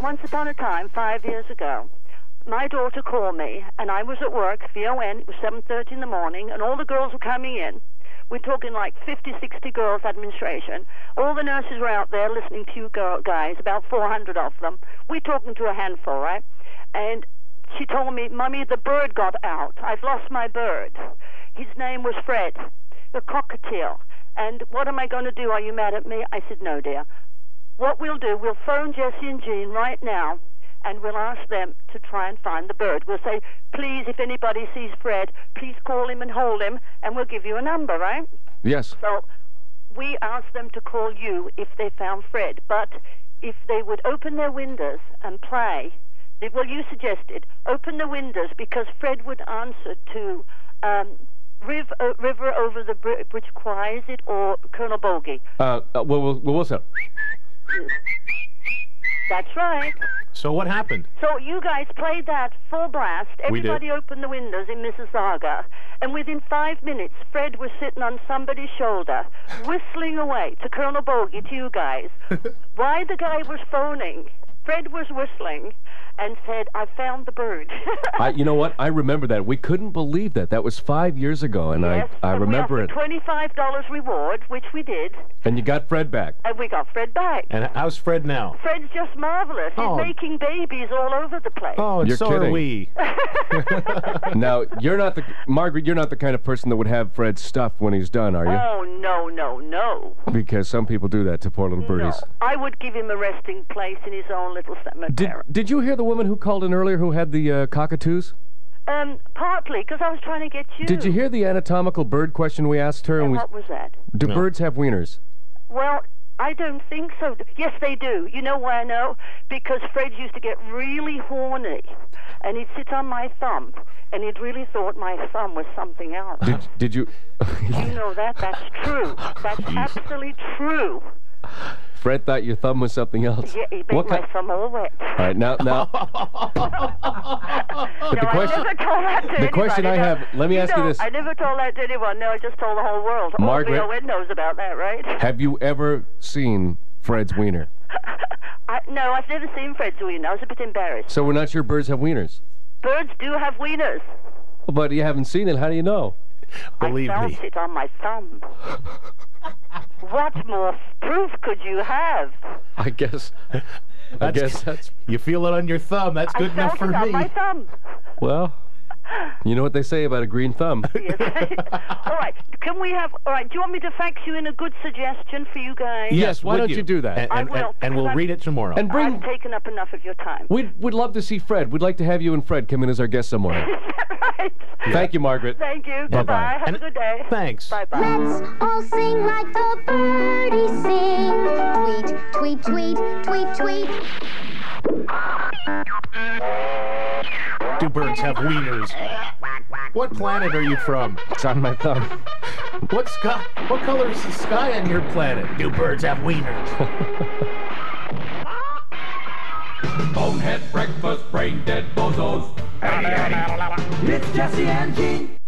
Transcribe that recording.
once upon a time, five years ago, my daughter called me, and I was at work, VON. It was 7:30 in the morning, and all the girls were coming in. We're talking like 50, 60 girls administration. All the nurses were out there listening to you girl, guys, about 400 of them. We're talking to a handful, right? And she told me, "Mummy, the bird got out. I've lost my bird. His name was Fred, a cockatiel." And what am I going to do? Are you mad at me? I said, "No, dear." What we'll do, we'll phone Jesse and Jean right now and we'll ask them to try and find the bird. We'll say, please, if anybody sees Fred, please call him and hold him, and we'll give you a number, right? Yes. So we asked them to call you if they found Fred, but if they would open their windows and play, they, well, you suggested open the windows because Fred would answer to um, Riv, uh, River over the Bri- Bridge Choir, is it, or Colonel Bolgi? Uh, uh, well, well, well, what's that? That's right. So what happened? So you guys played that full blast. We did. Everybody opened the windows in Mississauga. And within five minutes, Fred was sitting on somebody's shoulder, whistling away to Colonel Bogie, to you guys. Why the guy was phoning, Fred was whistling and said, I found the bird. I, you know what? I remember that. We couldn't believe that. That was five years ago, and Yes, I, I and we remember it. offered $25 reward, which we did, And you got Fred back. and we got Fred back. And how's Fred now? Fred's just marvelous. He's Oh. making babies all over the place. Oh, and You're so kidding. are we. now, you're not the Margaret. You're not the kind of person that would have Fred's stuff when he's done, are you? Oh, no, no, no. Because some people do that to poor little birdies. No, I would give him a resting place in his own little Did cemetery. Did you hear the woman who called in earlier who had the uh, cockatoos? um, partly because I was trying to get you. Did you hear the anatomical bird question we asked her? And we, What was that? do birds have wieners? Well, I don't think so. Yes, they do. You know why I know? Because Fred used to get really horny, and he'd sit on my thumb, and he'd really thought my thumb was something else. Did Did you? you know that? That's true. That's absolutely true. Fred thought your thumb was something else. Yeah, he made What my kind- thumb all wet. All right, now now. no, the question- I never told that to the question anybody. I No, have- let me you ask you know, this. I never told that to anyone. No, I just told the whole world. Margaret- All VON knows about that, right? Have you ever seen Fred's wiener? I, no, I've never seen Fred's wiener. I was a bit embarrassed. So we're not sure birds have wieners. Birds do have wieners. But you haven't seen it. How do you know? Believe I me. felt it on my thumb. what more proof could you have? I guess. I guess that's You feel it on your thumb. That's good I enough felt for it on me. my thumb. well. You know what they say about a green thumb. Yes. all right. Can we have? All right. Do you want me to fax you in a good suggestion for you guys? Yes, why would don't you do that? And, I and, and, will, and we'll because read it tomorrow. And I've bring. taken up enough of your time. We'd, we'd love to see Fred. We'd like to have you and Fred come in as our guest some morning. right. Thank you, Margaret. Thank you. Bye bye. Have And- a good day. Thanks. Bye bye. Let's all sing like the birdies sing. Tweet, tweet, tweet, tweet, tweet. Do birds have wieners? What planet are you from? It's on my thumb. What sky? What color is the sky on your planet? Do birds have wieners? Bonehead breakfast, brain dead bozos. It's Jesse and Gene.